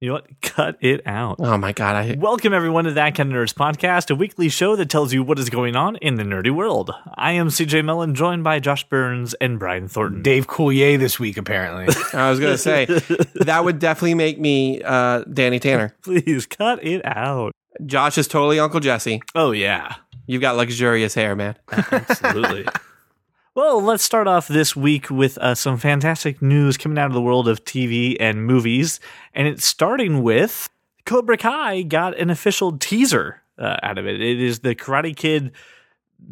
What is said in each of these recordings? You know what? Cut it out. Oh my god! I Welcome, everyone, to That Kind of Nerds podcast, a weekly show that tells you what is going on in the nerdy world. I am CJ Mellon, joined by Josh Burns and Brian Thornton. Dave Coulier this week, apparently. I was gonna say that would definitely make me uh, Danny Tanner. Please cut it out. Josh is totally Uncle Jesse. Oh, yeah. You've got luxurious hair, man. Absolutely. well, let's start off this week with uh, some fantastic news coming out of the world of TV and movies. And it's starting with Cobra Kai got an official teaser uh, out of it. It is the Karate Kid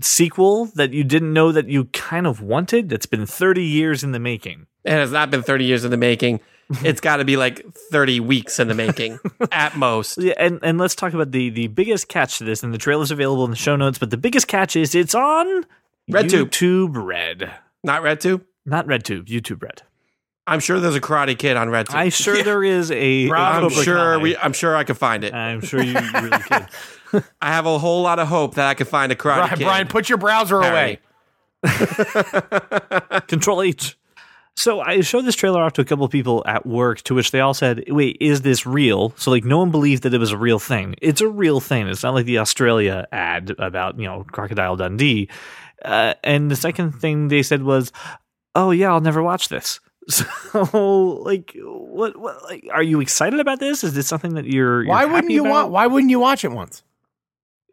sequel that you didn't know that you kind of wanted that's been 30 years in the making. It has not been 30 years in the making. It's got to be like 30 weeks in the making at most. Yeah, and, and let's talk about the, the biggest catch to this, and the trailer's available in the show notes, but the biggest catch is it's on RedTube. YouTube Red. Not RedTube. Not RedTube, YouTube Red. I'm sure there's a Karate Kid on RedTube. I sure there is a. Bro, a I'm Cobra sure Kai. we. I'm sure I could find it. I'm sure you really could. I have a whole lot of hope that I could find a Karate Brian, Kid. Brian, put your browser away. parody. Control H. So I showed this trailer off to a couple of people at work, to which they all said, "Wait, is this real?" So like, no one believed that it was a real thing. It's a real thing. It's not like the Australia ad about you know Crocodile Dundee. Uh, and the second thing they said was, "Oh yeah, I'll never watch this." So like, what? what like, are you excited about this? Is this something that you're? Why wouldn't you want? Why wouldn't you watch it once?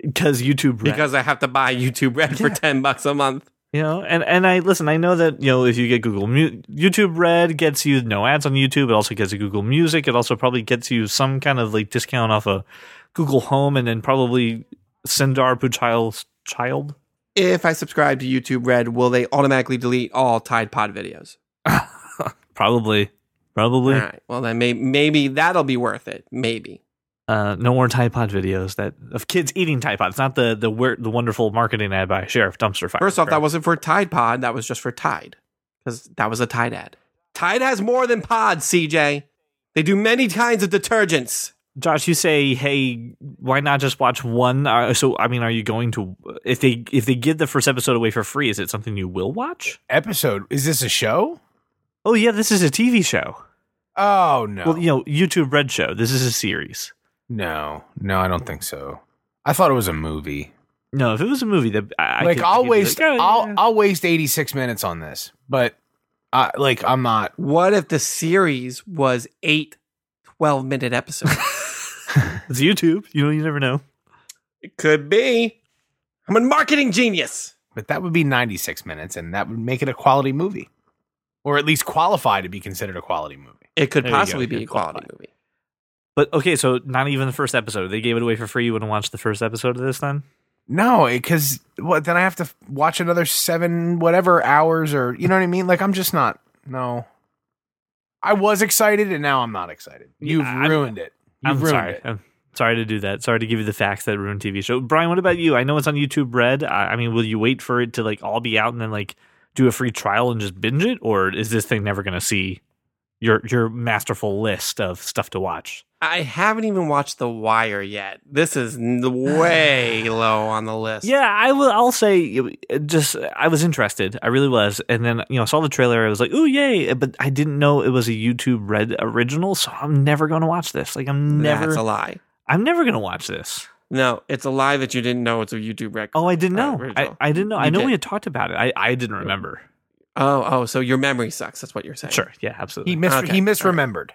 Because YouTube Red. because I have to buy YouTube Red for ten bucks a month. You know, and, and I listen. I know that you know if you get Google Mu- YouTube Red gets you no ads on YouTube. It also gets you Google Music. It also probably gets you some kind of like discount off a Google Home, and then probably Sundar Pichai's child. If I subscribe to YouTube Red, will they automatically delete all Tide Pod videos? Probably, All probably. right. Well, then may- maybe that'll be worth it. Maybe. Uh, no more Tide Pod videos that of kids eating Tide Pods. Not the the weir- the wonderful marketing ad by Sheriff Dumpster Fire. First off, that correct? wasn't for Tide Pod. That was just for Tide because that was a Tide ad. Tide has more than pods, CJ. They do many kinds of detergents. Josh, you say, hey, why not just watch one? Uh, so, I mean, are you going to if they if they give the first episode away for free? Is it something you will watch? Episode? Is this a show? Oh yeah, this is a TV show. Oh no, Well, you know, YouTube Red Show. This is a series. no, no. I don't think so. I thought it was a movie. No, if it was a movie, that I, I like could- I I'll could be waste, like, "Oh, I'll yeah." I'll waste eighty six minutes on this, but I like I'm not. What if the series was eight 12 minute episodes? it's YouTube. You know, you never know. it could be. I'm a marketing genius. But that would be ninety six minutes, and that would make it a quality movie, or at least qualify to be considered a quality movie. It could There you possibly go. be You're a quality qualified. movie. But okay, so not even the first episode. They gave it away for free. You wouldn't watch the first episode of this then? No, because what? Then I have to f- watch another seven whatever hours, or you know what I mean. Like I'm just not. No, I was excited, and now I'm not excited. You've Yeah, I'm- ruined it. You've I'm ruined sorry. It. I'm sorry to do that. Sorry to give you the facts that ruin TV show. Brian, what about you? I know it's on YouTube Red. I, I mean, will you wait for it to like all be out and then like do a free trial and just binge it, or is this thing never going to see your your masterful list of stuff to watch? I haven't even watched The Wire yet. This is n- way low on the list. Yeah, I will. I'll say, uh, just uh, I was interested. I really was, and then you know, I saw the trailer. I was like, "Ooh, yay!" But I didn't know it was a YouTube Red original, so I'm never going to watch this. Like, I'm never, That's a lie. I'm never going to watch this. No, it's a lie that you didn't know it's a YouTube record. Oh, I didn't Uh, know. original. I, I didn't know. I You know did. we had talked about it. I, I didn't remember. Oh, oh, so your memory sucks. That's what you're saying. Sure. Yeah. He Absolutely. mis- Okay, he misremembered.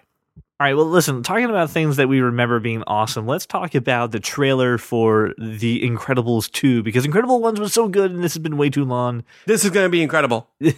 All right. Well, listen. Talking about things that we remember being awesome. Let's talk about the trailer for The Incredibles 2 because Incredible Ones was so good, and this has been way too long. This is going to be incredible. oh.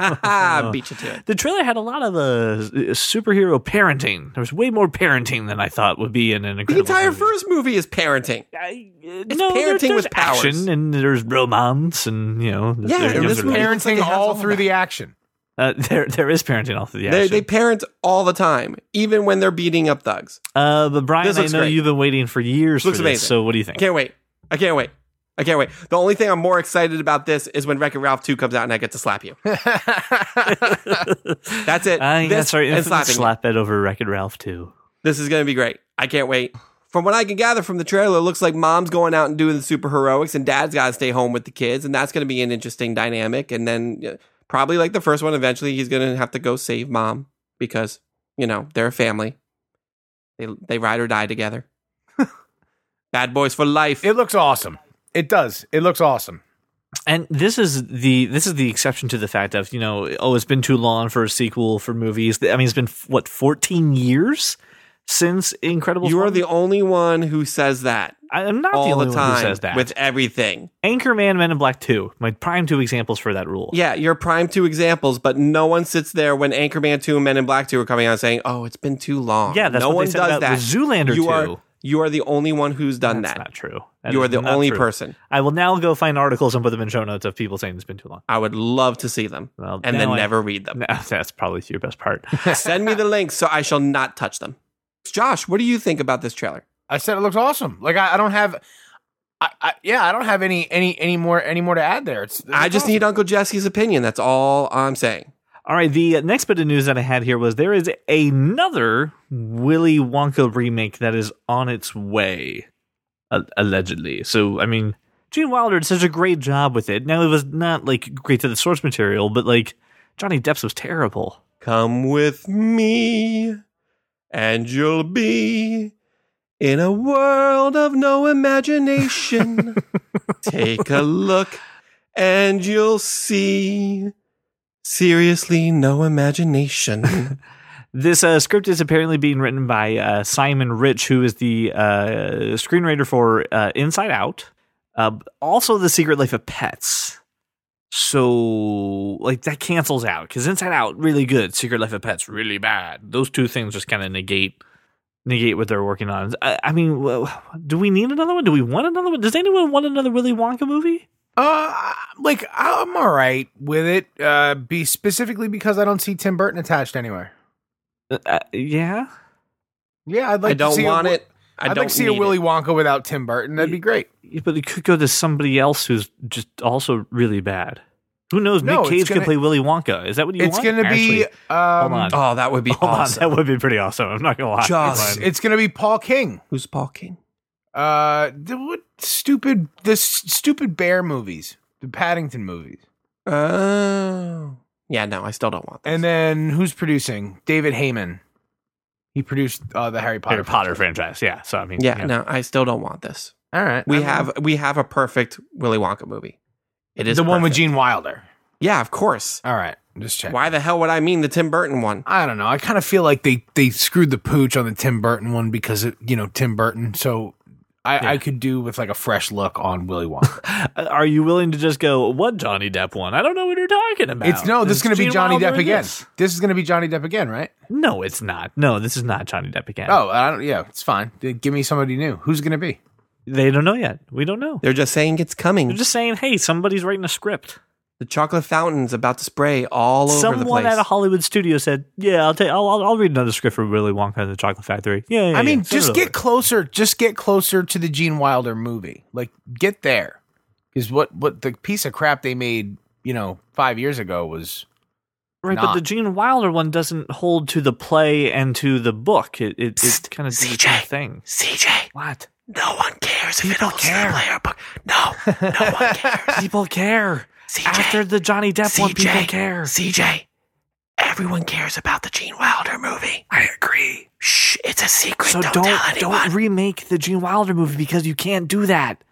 Ha ha, beat you to it. the trailer had a lot of uh, superhero parenting. There was way more parenting than I thought would be in an The incredible entire movie. first movie is parenting. I, uh, It's no, there- parenting there's with powers. action and there's romance and you know Yeah, there- and there's- this movie- there- Parent- Parenting It has all all through that. the action. uh, there there is parenting off of the They, action. they parent all the time, even when they're beating up thugs. uh, but Brian, This I looks know great. you've been waiting for years Looks for this. amazing. So what do you think? Can't wait. I can't wait. I can't wait. The only thing I'm more excited about this is when Wreck-It Ralph 2 comes out and I get to slap you. That's it. I think This that's our and infinite slapping you. slap it over Wreck-It Ralph too. This is going to be great. I can't wait. From what I can gather from the trailer, it looks like mom's going out and doing the super heroics, and dad's got to stay home with the kids, and that's going to be an interesting dynamic. And then uh, probably like the first one, eventually he's going to have to go save mom because you know they're a family. They they ride or die together. Bad boys for life. It looks awesome. It does. It looks awesome. And this is the this is the exception to the fact of you know oh it's been too long for a sequel for movies. I mean it's been what fourteen years since Incredible. you are the only one who says that I'm not the all only the one time who says that. with everything. Anchorman, Men in Black Two, my prime two examples for that rule. Yeah, you're prime two examples, but no one sits there when Anchorman 2 and Men in Black 2 are coming out saying, oh, it's been too long. Yeah, that's no what one they said does about that. with Zoolander you 2. Are, you are the only one who's done That's that. not true. That you are is the not only true. person. I will now go find articles and put them in show notes of people saying it's been too long. I would love to see them Well, and then now I- never read them. No, that's probably your best part. Send me the links so I shall not touch them. Josh, what do you think about this trailer? I said it looks awesome. Like I, I don't have, I, I yeah, I don't have any any any more any more to add there. It's, it's I just awesome. need Uncle Jesse's opinion. That's all I'm saying. All right, the next bit of news that I had here was there is another Willy Wonka remake that is on its way, a- allegedly. So, I mean, Gene Wilder did such a great job with it. Now, it was not like great to the source material, but like Johnny Depp's was terrible. Come with me, and you'll be in a world of no imagination. Take a look, and you'll see. Seriously, no imagination. This uh, script is apparently being written by uh, Simon Rich, who is the uh, screenwriter for uh, Inside Out, uh, also The Secret Life of Pets. So, like, that cancels out because Inside Out really good, Secret Life of Pets really bad. Those two things just kind of negate negate what they're working on. I, I mean, well, do we need another one? Do we want another one? Does anyone want another Willy Wonka movie? Uh, like I'm all right with it. Uh, be specifically because I don't see Tim Burton attached anywhere. Uh, uh, yeah, Yeah, I'd like. I to don't see want a, Wi- it. I I'd don't like to see a need it. Willy Wonka without Tim Burton. That'd be great. Yeah, but it could go to somebody else who's just also really bad. Who knows? Nick No, it's Cage gonna- could play Willy Wonka. Is that what you It's want? gonna be. Actually, Um, hold on. Oh, that would be Hold awesome. on, that would be pretty awesome. I'm not gonna lie. Just- But- It's gonna be Paul King. Who's Paul King? Uh, the, what stupid the s- stupid bear movies, the Paddington movies, Oh. Yeah, no, I still don't want that. and then who's producing? David Heyman. He produced uh, the Harry Potter. Harry Potter franchise. Yeah. So I mean, Yeah, you know. no, I still don't want this. All right, We I'm- have we have a perfect Willy Wonka movie. It the is one with perfect. Gene Wilder. Yeah, of course. All right, I'm just checking. Why the hell would I mean the Tim Burton one? I don't know. I kind of feel like they they screwed the pooch on the Tim Burton one because it, you know Tim Burton. So I, I could do with like a fresh look on Willy Wonka. Uh, Are you willing to just go? What Johnny Depp one? I don't know what you're talking about. it's no, this is going to be Gene Johnny Wilder Depp in again. this? This is going to be Johnny Depp again, right? No, it's not. No, this is not Johnny Depp again. Oh, I don't, yeah, it's fine. D- Give me somebody new. Who's going to be? they don't know yet. We don't know. They're just saying it's coming. They're just saying, hey, somebody's writing a script. the chocolate fountain's about to spray all over the Someone place. at a Hollywood studio said, "Yeah, I'll take. I'll, I'll, I'll read another script for Willy Wonka and the Chocolate Factory." Yeah, yeah I mean, yeah. just Send it get closer. Just get closer to the Gene Wilder movie. Like, get there. Because what what the piece of crap they made, you know, five years ago was over. right, but not. the Gene Wilder one doesn't hold to the play and to the book. It it, it Psst, kind of does its CJ. own thing. CJ, What no one cares if People holds to the care. player book. No, no one cares. people care CJ, after the Johnny Depp one? People care. CJ, everyone cares about the Gene Wilder movie. I agree. Shh, it's a secret. So don't don't remake the Gene Wilder movie because you can't do that.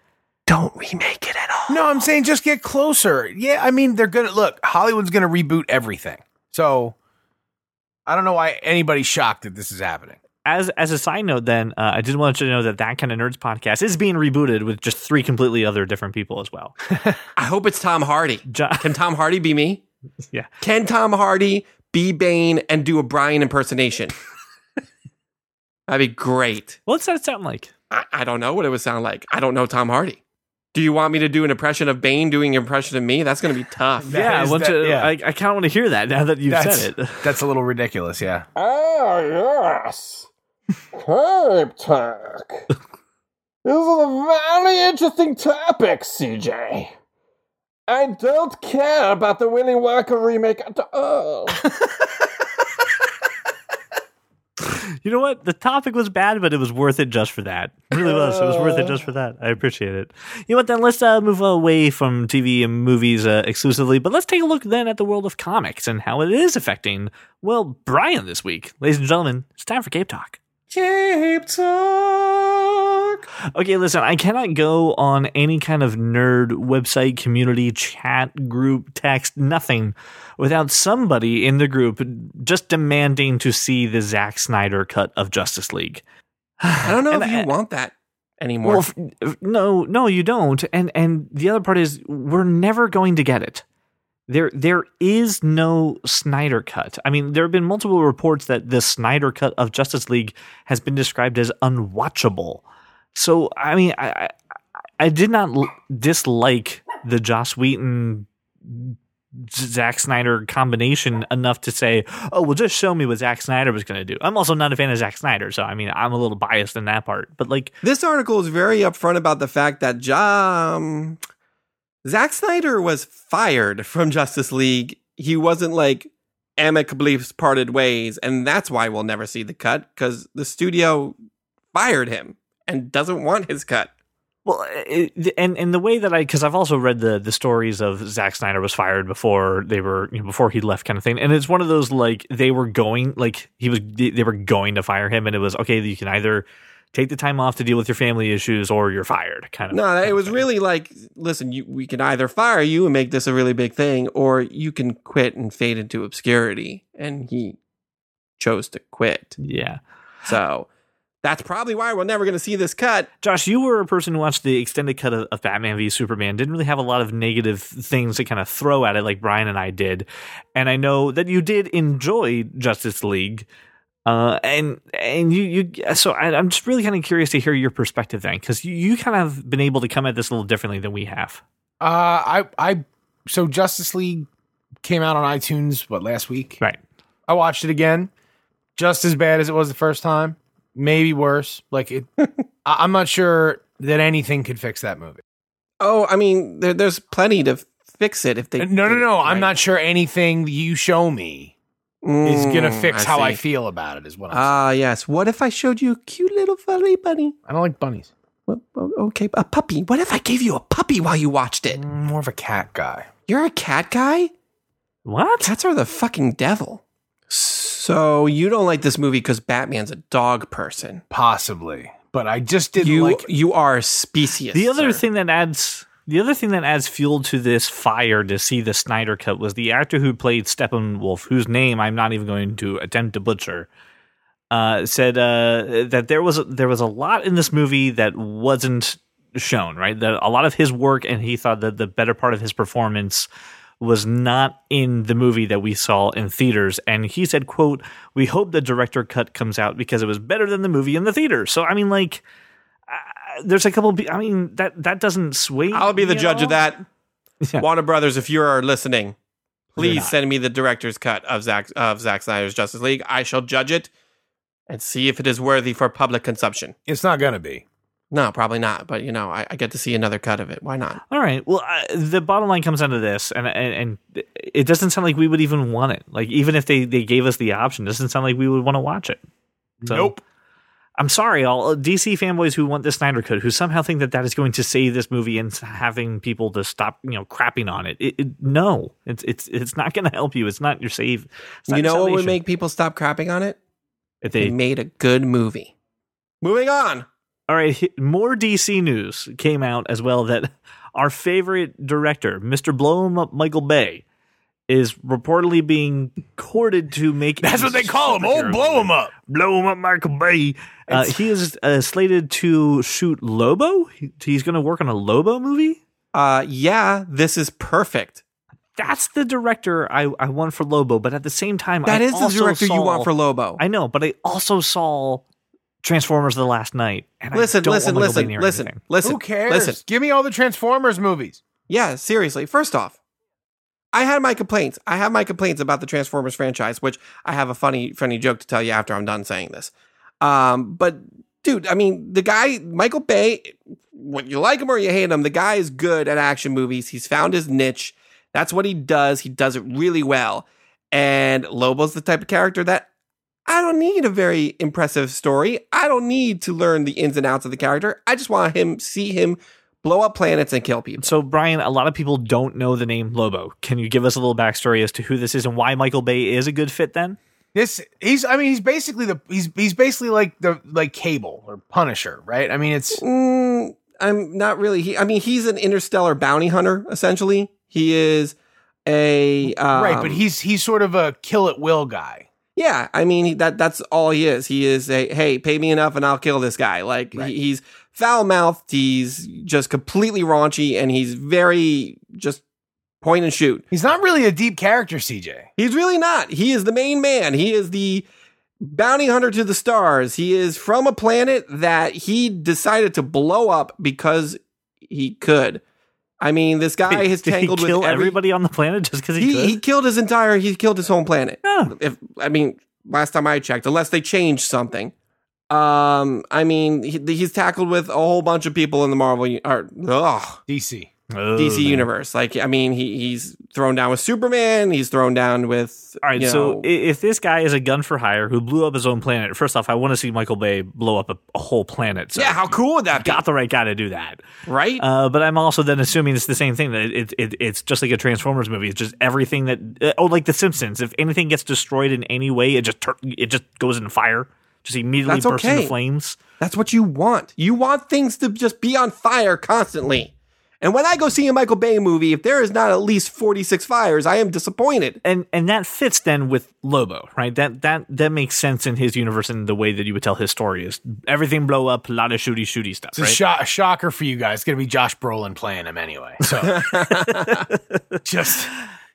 don't remake it at all. No, I'm saying just get closer. Yeah, I mean they're gonna look. Hollywood's gonna reboot everything. So I don't know why anybody's shocked that this is happening. As as a side note, then uh, I did want you to know that that kind of nerds podcast is being rebooted with just three completely other different people as well. I hope it's Tom Hardy. Jo- Can Tom Hardy be me? Yeah. Can Tom Hardy be Bane and do a Brian impersonation? That'd be great. what's that sound like? I, I don't know what it would sound like. I don't know Tom Hardy. Do you want me to do an impression of Bane doing an impression of me? That's going to be tough. That yeah, I is want that- to. yeah. I, I kind of want to hear that now that you've That's said it. that's a little ridiculous. Yeah. Oh, yes. Herb Talk. this is a very interesting topic, CJ. I don't care about the Willy Wonka remake at all. You know what? The topic was bad, but it was worth it just for that. It really was. It was worth it just for that. I appreciate it. You know what? Then let's uh, move away from TV and movies uh, exclusively, but let's take a look then at the world of comics and how it is affecting, well, Brian this week. Ladies and gentlemen, it's time for Cape Talk. Cheap talk. Okay, listen, I cannot go on any kind of nerd website, community, chat, group, text, nothing without somebody in the group just demanding to see the Zack Snyder cut of Justice League. I don't know And if you I- want that anymore. Well, f- f- no, no, you don't. And and the other part is we're never going to get it. There there is no Snyder cut. I mean, there have been multiple reports that the Snyder cut of Justice League has been described as unwatchable. So I mean, I I, I did not l- dislike the Joss Wheaton. Zack Snyder combination enough to say, oh, well, just show me what Zack Snyder was going to do. I'm also not a fan of Zack Snyder, so I mean, I'm a little biased in that part. But like, this article is very upfront about the fact that Ja- um, Zack Snyder was fired from Justice League. He wasn't like amicably parted ways, and that's why we'll never see the cut because the studio fired him and doesn't want his cut. Well, uh, it, and and the way that I because I've also read the the stories of Zack Snyder was fired before they were you know, before he left kind of thing, and it's one of those like they were going like he was they they were going to fire him, and it was okay you can either take the time off to deal with your family issues or you're fired kind of No, kind it of was thing. really like, listen, you, we can either fire you and make this a really big thing, or you can quit and fade into obscurity. And he chose to quit. yeah. So that's probably why we're never going to see this cut. Josh, you were a person who watched the extended cut of, of Batman v Superman. Didn't really have a lot of negative things to kind of throw at it, like Brian and I did. And I know that you did enjoy Justice League. Uh, and and you you so I, I'm just really kind of curious to hear your perspective then, because you, you kind of have been able to come at this a little differently than we have. Uh, I I so Justice League came out on iTunes what last week. Right. I watched it again, just as bad as it was the first time, maybe worse. Like it, I, I'm not sure that anything could fix that movie. Oh, I mean, there, there's plenty to fix it if they. No, no, no. I'm Right. not sure anything you show me is gonna Mm, fix how I Uh, see. feel about it. Is what I'm saying. Ah, yes. What if I showed you a cute little furry bunny? I don't like bunnies. Well, o- Okay, a puppy. What if I gave you a puppy while you watched it? I'm more of a cat guy. You're a cat guy? What? Cats are the fucking devil. So you don't like this movie because Batman's a dog person. Possibly, but I just didn't You like. you are a species. the other sir. thing that adds the other thing that adds fuel to this fire to see the Snyder cut was the actor who played Steppenwolf, whose name I'm not even going to attempt to butcher, uh, said uh, that there was there was a lot in this movie that wasn't shown. Right, that a lot of his work, and he thought that the better part of his performance was not in the movie that we saw in theaters and he said quote we hope the director cut comes out because it was better than the movie in the theater so i mean like uh, there's a couple. Be- I mean, that that doesn't sway. I'll be the me at judge all. of that. Yeah. Warner Brothers, if you are listening, They're please not. send me the director's cut of Zack of Zack Snyder's Justice League. I shall judge it and see if it is worthy for public consumption. It's not gonna be. No, probably not. But you know, I, I get to see another cut of it. Why not? All right. Well, I, the bottom line comes down to this, and, and and it doesn't sound like we would even want it. Like even if they they gave us the option, it doesn't sound like we would want to watch it. So- Nope. I'm sorry, all DC fanboys who want the Snyder Cut, who somehow think that that is going to save this movie and having people to stop, you know, crapping on it. it, it no, it's it's it's not going to help you. It's not your save. it's not you your know what would salvation. make people stop crapping on it? if They they made a good movie. Moving on. All right, h- more DC news came out as well that our favorite director, Mr. Blow 'em Up Michael Bay, is reportedly being courted to make. That's a what they call them. Oh, superhero blow them movie. up. Blow 'em up, Michael Bay. Uh, he is uh, slated to shoot Lobo. He- He's going to work on a Lobo movie. Uh, yeah, this is perfect. That's the director I, I want for Lobo, but at the same time, That I is the also director you want saw- for Lobo. I know, but I also saw Transformers: The Last Night. And I listen, don't want listen, Michael Bay listen, near listen, anything. listen. Who cares? Listen. Give me all the Transformers movies. Yeah, seriously. First off, I had my complaints. I have my complaints about the Transformers franchise, which I have a funny, funny joke to tell you after I'm done saying this. Um, but dude, I mean, the guy Michael Bay, when you like him or you hate him, the guy is good at action movies. He's found his niche. That's what he does. He does it really well. And Lobo's the type of character that I don't need a very impressive story. I don't need to learn the ins and outs of the character. I just want him see him blow up planets and kill people. So, Brian, a lot of people don't know the name Lobo. Can you give us a little backstory as to who this is and why Michael Bay is a good fit then? This he's I mean he's basically the he's he's basically like the like Cable or Punisher, right? I mean it's Mm, I'm not really. He, I mean, he's an interstellar bounty hunter. Essentially, he is a um, right, but he's he's sort of a kill at will guy. yeah. I mean, he- that that's all he is. He is a hey, pay me enough and I'll kill this guy. Like Right. he, he's foul mouthed. He's just completely raunchy and he's very just point and shoot. He's not really a deep character, CJ. He's really not. He is the main man. He is the bounty hunter to the stars. He is from a planet that he decided to blow up because he could. I mean, this guy Wait, is did tangled he kill with every- everybody on the planet just because he, He, he could? killed his entire. He killed his home planet. Yeah. If I mean, last time I checked, unless they changed something. Um, I mean, he, he's tackled with a whole bunch of people in the Marvel u- or ugh, DC. Oh, DC man. universe. Like, I mean, he he's thrown down with Superman. He's thrown down with. All right, you so know, i- if this guy is a gun for hire who blew up his own planet, first off, I want to see Michael Bay blow up a, a whole planet. So yeah, how cool would that be? got the right guy to do that. right? Uh, but I'm also then assuming it's the same thing that it, it, it's just like a Transformers movie. It's just everything that uh, oh, like The Simpsons. If anything gets destroyed in any way, it just tur- it just goes in fire, just immediately That's bursts okay. into flames. That's what you want. You want things to just be on fire constantly. And when I go see a Michael Bay movie, if there is not at least 46 fires, I am disappointed. And and that fits then with Lobo, right? That that that makes sense in his universe and the way that you would tell his story is everything blow up, a lot of shooty shooty stuff, It's a right? sho- shocker for you guys. It's gonna be Josh Brolin playing him anyway. So just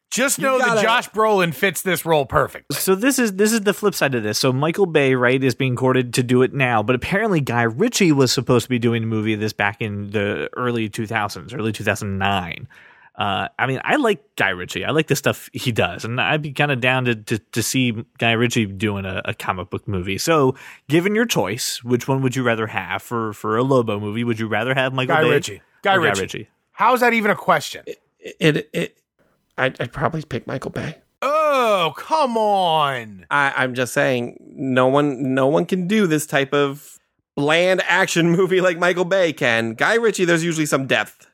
just know gotta- that Josh Brolin fits this role perfectly. So this is this is the flip side of this. So Michael Bay, right, is being courted to do it now, but apparently Guy Ritchie was supposed to be doing a movie of this back in the early 2000s, early 2009. Uh, I mean, I like Guy Ritchie. I like the stuff he does, and I'd be kind of down to, to to see Guy Ritchie doing a, a comic book movie. So, given your choice, which one would you rather have for for a Lobo movie? Would you rather have Michael Guy Bay Ritchie. Guy or Ritchie. Guy Ritchie. How's that even a question? It, it, I'd, I'd probably pick Michael Bay. Oh, come on. I, I'm just saying, no one, no one can do this type of bland action movie like Michael Bay can. Guy Ritchie, there's usually some depth.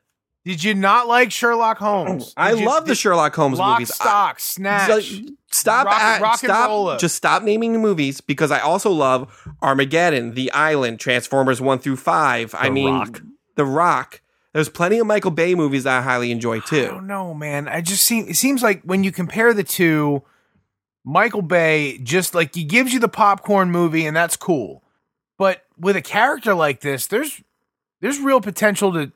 Did you not like Sherlock Holmes? I Did you- love the did- Sherlock Holmes Lock, movies. I- Stock, Snatch. So, stop. Rock- at- rock and stop. roller. Just stop naming the movies because I also love Armageddon, The Island, Transformers one through five. I The mean, Rock. The Rock. There's plenty of Michael Bay movies that I highly enjoy I too. don't know, man. I just seem it seems like when you compare the two, Michael Bay just like he gives you the popcorn movie and that's cool. But with a character like this, there's there's real potential to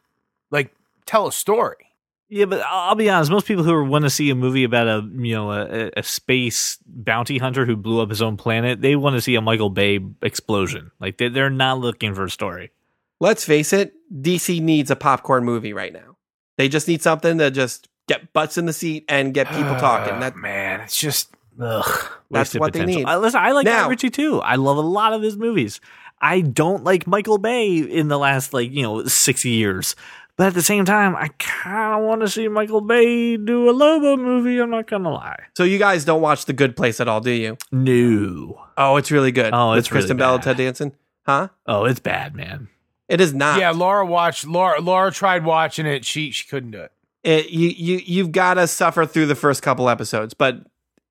like tell a story. Yeah, but I'll I'll be honest. Most people who want to see a movie about a you know a, a- a space bounty hunter who blew up his own planet, they want to see a Michael Bay explosion. Like they they're not looking for a story. Let's face it, DC needs a popcorn movie right now. They just need something to just get butts in the seat and get people talking. That man, it's just ugh. That's Wasted what they potential. need. I, listen, I like Now- Guy Ritchie too. I love a lot of his movies. I don't like Michael Bay in the last like you know six years. But at the same time, I kind of want to see Michael Bay do a Lobo movie. I'm not gonna lie. so you guys don't watch The Good Place at all, do you? No. Oh, it's really good. Oh, With it's really Kristen Bell, bad. Ted Danson, huh? Oh, it's bad, man. It is not. Yeah, Laura watched Laura Laura tried watching it. She she couldn't do it. it, you you you've got to suffer through the first couple episodes. But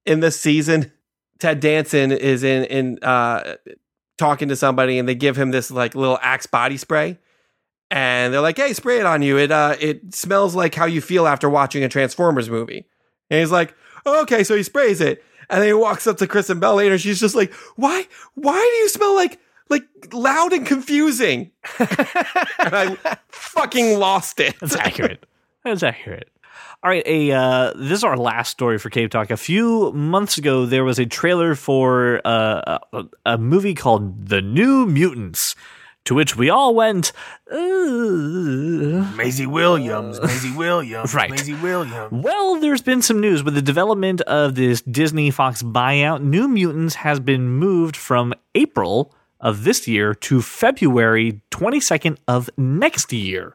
in this season, Ted Danson is in in uh, talking to somebody, and they give him this like little Axe body spray, and they're like, "Hey, spray it on you. It uh it smells like how you feel after watching a Transformers movie." And he's like, "Oh, "Okay," so he sprays it, and then he walks up to Kristen Bell later. and She's just like, "Why? Why do you smell like?" Like loud and confusing, and I fucking lost it. That's accurate. That's accurate. All right, a uh, this is our last story for Cave Talk. A few months ago, there was a trailer for uh, a, a movie called The New Mutants, to which we all went. "Ugh." Maisie Williams, Maisie Williams, Right. Maisie Williams. Well, there's been some news with the development of this Disney Fox buyout. New Mutants has been moved from April of this year to February 22nd of next year.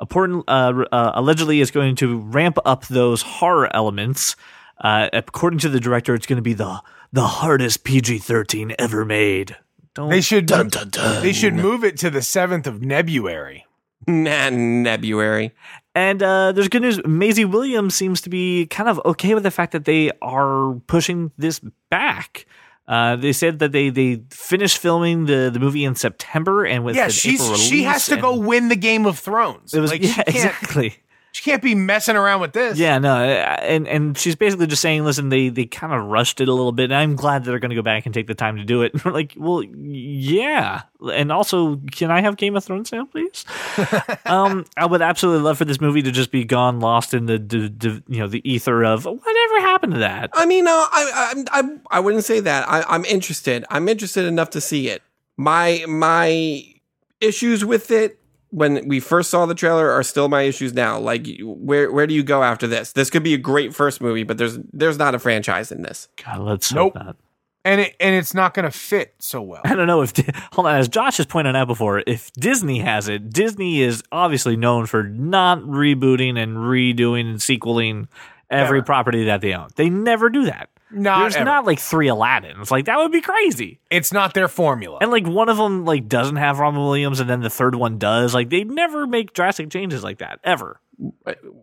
Important, uh, uh, allegedly, is going to ramp up those horror elements. Uh, according to the director, it's going to be the the hardest PG-13 ever made. Don't They should Dun, dun, dun. they should move it to the seventh of Nebuary. Nah, Nebuary. And uh, there's good news. Maisie Williams seems to be kind of okay with the fact that they are pushing this back. Uh, they said that they they finished filming the, the movie in September and with yeah, an she's April she release, has to go and win the Game of Thrones. It was like, yeah, she, can't, exactly. she can't be messing around with this. Yeah, no, and and she's basically just saying, listen, they they kind of rushed it a little bit, and I'm glad that they're going to go back and take the time to do it. And we're like, well, yeah, and also, can I have Game of Thrones now, please? um, I would absolutely love for this movie to just be gone, lost in the, d- d- you know the ether of whatever happened to that. I mean, uh, I, I, I, I wouldn't say that. I, I'm interested. I'm interested enough to see it. My, my issues with it when we first saw the trailer are still my issues now. Like, where, where do you go after this? This could be a great first movie, but there's, there's not a franchise in this. God, let's Nope. hope not. and it, and it's not going to fit so well. I don't know if hold on, as Josh has pointed out before, if Disney has it, Disney is obviously known for not rebooting and redoing and sequeling every Never. property that they own. They never do that. Not There's ever. not like three Aladdins. Like that would be crazy. It's not their formula. And like one of them like doesn't have Robin Williams, and then the third one does. Like they never make drastic changes like that ever.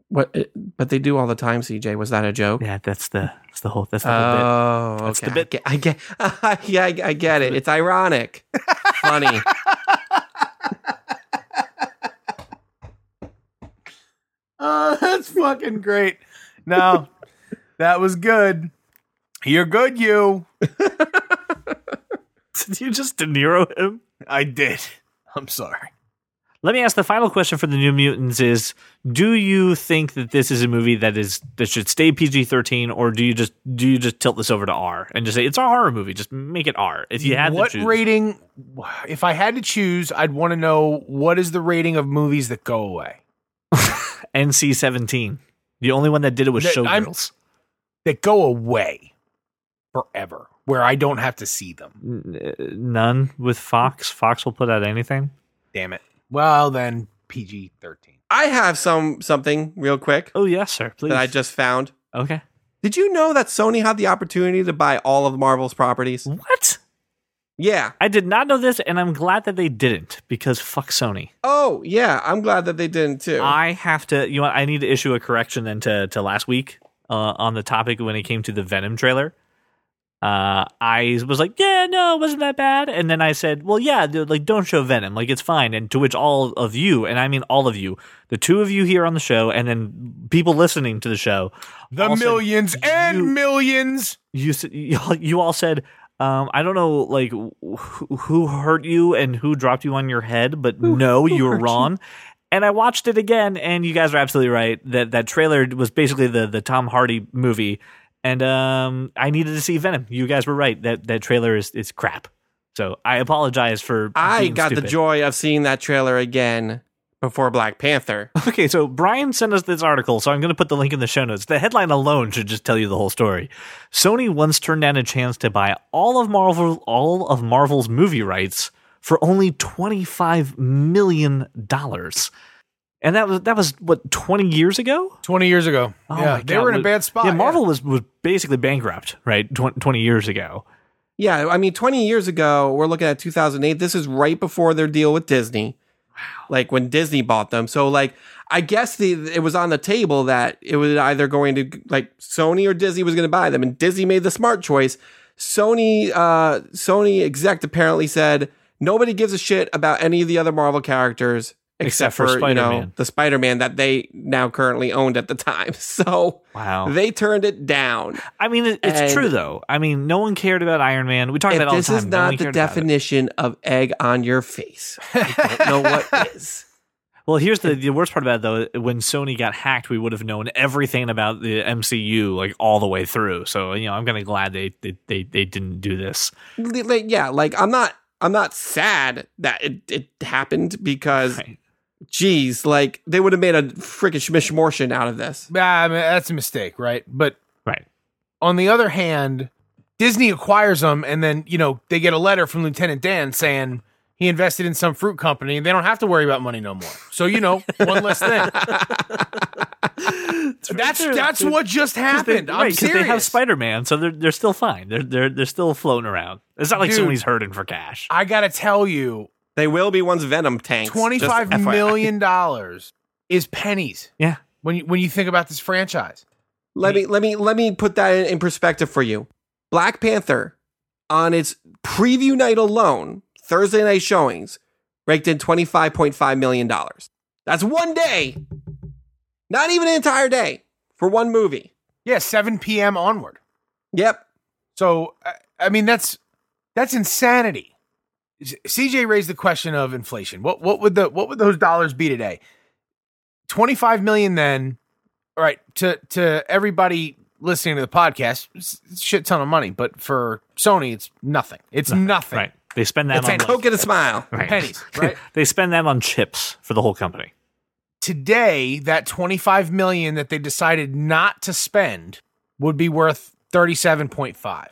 What, eh, but they do all the time. CJ, was that a joke? Yeah, that's the that's the whole that's the whole Uh, bit. Oh, okay. That's the bit. I get, I get yeah, I, I get it. It's ironic, funny. Oh, that's fucking great. No, that was good. You're good, you. Did you just De Niro him? I did. I'm sorry. Let me ask the final question for the New Mutants: Is do you think that this is a movie that is that should stay PG thirteen, or do you just do you just tilt this over to R and just say it's a horror movie? Just make it R if you had what to choose. rating? If I had to choose, I'd want to know what is the rating of movies that go away, NC seventeen. The only one that did it was That- I'm- Showgirls. that go away forever, where I don't have to see them. N- uh, None with Fox. Fox will put out anything. Damn it. Well, then PG 13. I have some, something real quick Oh yes, sir. Please. that I just found. okay. Did you know that Sony had the opportunity to buy all of Marvel's properties? What? Yeah. I did not know this, and I'm glad that they didn't because fuck Sony. Oh, yeah. I'm glad that they didn't too. I have to. You know, what, I need to issue a correction then to to last week uh, on the topic when it came to the Venom trailer. Uh, I was like, yeah, no, it wasn't that bad. And then I said, well, yeah, dude, like don't show Venom, like it's fine. And to which all of you, and I mean all of you, the two of you here on the show, and then people listening to the show, The Also, millions and you- millions. you s- you all- you all said. Um, I don't know, like wh- who hurt you and who dropped you on your head, but no, you were wrong. And I watched it again, and you guys are absolutely right. That that trailer was basically the the Tom Hardy movie, and um, I needed to see Venom. You guys were right. That that trailer is is crap. So I apologize for. I being got the stupid. joy of seeing that trailer again before Black Panther. Okay, so Brian sent us this article, so I'm going to put the link in the show notes. The headline alone should just tell you the whole story. Sony once turned down a chance to buy all of Marvel all of Marvel's movie rights for only 25 million dollars. And that was that was what 20 years ago? 20 years ago. Oh yeah, my they God. were in a bad spot. Yeah, Marvel was was basically bankrupt, right? 20, 20 years ago. Yeah, I mean, 20 years ago, we're looking at 2008. This is right before their deal with Disney. Wow. Like when Disney bought them. So, like, I guess the it was on the table that it was either going to like Sony or Disney was going to buy them, and Disney made the smart choice. Sony, uh, Sony exec apparently said nobody gives a shit about any of the other Marvel characters except, Except for for, you know Spider-Man. the Spider Man that they now currently owned at the time. So Wow. they turned it down. I mean, it, it's And- true though. I mean, no one cared about Iron Man. We talk about it If all the this time. is No one not the cared about it. definition of egg on your face, I don't know what is. Well, here's the, the worst part about it, though. When Sony got hacked, we would have known everything about the MCU like all the way through. So you know, I'm kind of glad they they, they they didn't do this. Li- like, yeah, like I'm not, I'm not sad that it, it happened because, Right. geez, like they would have made a freaking schmishmortion out of this. Ah, I mean, that's a mistake, right? But Right. on the other hand, Disney acquires them, and then you know they get a letter from Lieutenant Dan saying he invested in some fruit company, and they don't have to worry about money no more. So you know, one less thing. That's true. that's what just happened. They, I'm right, 'cause serious. they have Spider Man, so they're they're still fine. They're they're they're still floating around. It's not like Dude. Sony's hurting for cash. I gotta tell you, They will be one's venom tanks. twenty five just FYI. million dollars is pennies Yeah. when you when you think about this franchise. Let me let me let me put that in, in perspective for you. Black Panther, on its preview night alone, Thursday night showings, raked in $25.5 million. That's one day, not even an entire day for one movie. Yeah, 7 p.m. onward. Yep. So I, I mean that's that's insanity. C- CJ raised the question of inflation. What what would the what would those dollars be today? 25 million then. All right, to to everybody listening to the podcast, it's a shit ton of money, but for Sony it's nothing. It's nothing. Right. They spend that It's on ain't like- Coke and a smile. right. pennies, right? they spend that on chips for the whole company. Today that 25 million that they decided not to spend would be worth 37.5.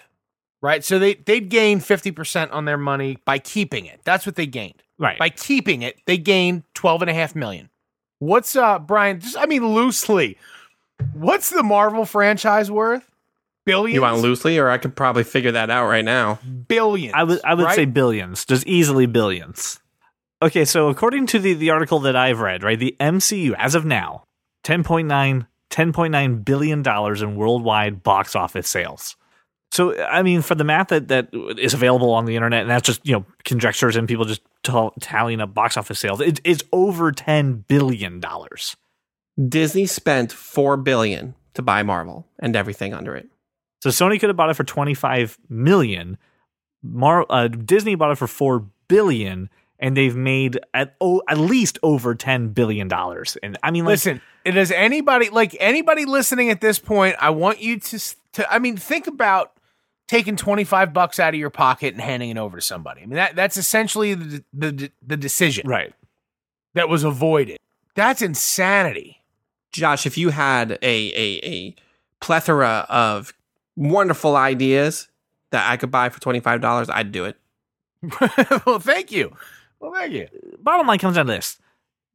Right? So they they'd gain 50% on their money by keeping it. That's what they gained. Right. by keeping it they gained 12 and a half million what's uh brian just i mean loosely what's the marvel franchise worth billions You want loosely, or I could probably figure that out right now. billions I would I would right? say billions, just easily billions. Okay, so according to the, the article that I've read, right, the MCU as of now, 10.9 $10.9 billion dollars in worldwide box office sales. So I mean, for the math that, that is available on the internet, and that's just you know conjectures and people just t- tallying up box office sales, it, it's over ten billion dollars. Disney spent four billion to buy Marvel and everything under it. So Sony could have bought it for 25 million. Mar- uh, Disney bought it for 4 billion and they've made at oh, at least over 10 billion dollars. And I mean like listen does anybody like anybody listening at this point i want you to s- to i mean think about taking 25 bucks out of your pocket and handing it over to somebody i mean that that's essentially the the, the decision right. that was avoided that's insanity Josh, if you had a a, a plethora of wonderful ideas that I could buy for twenty five dollars, I'd do it. well thank you well thank you Bottom line comes down to this.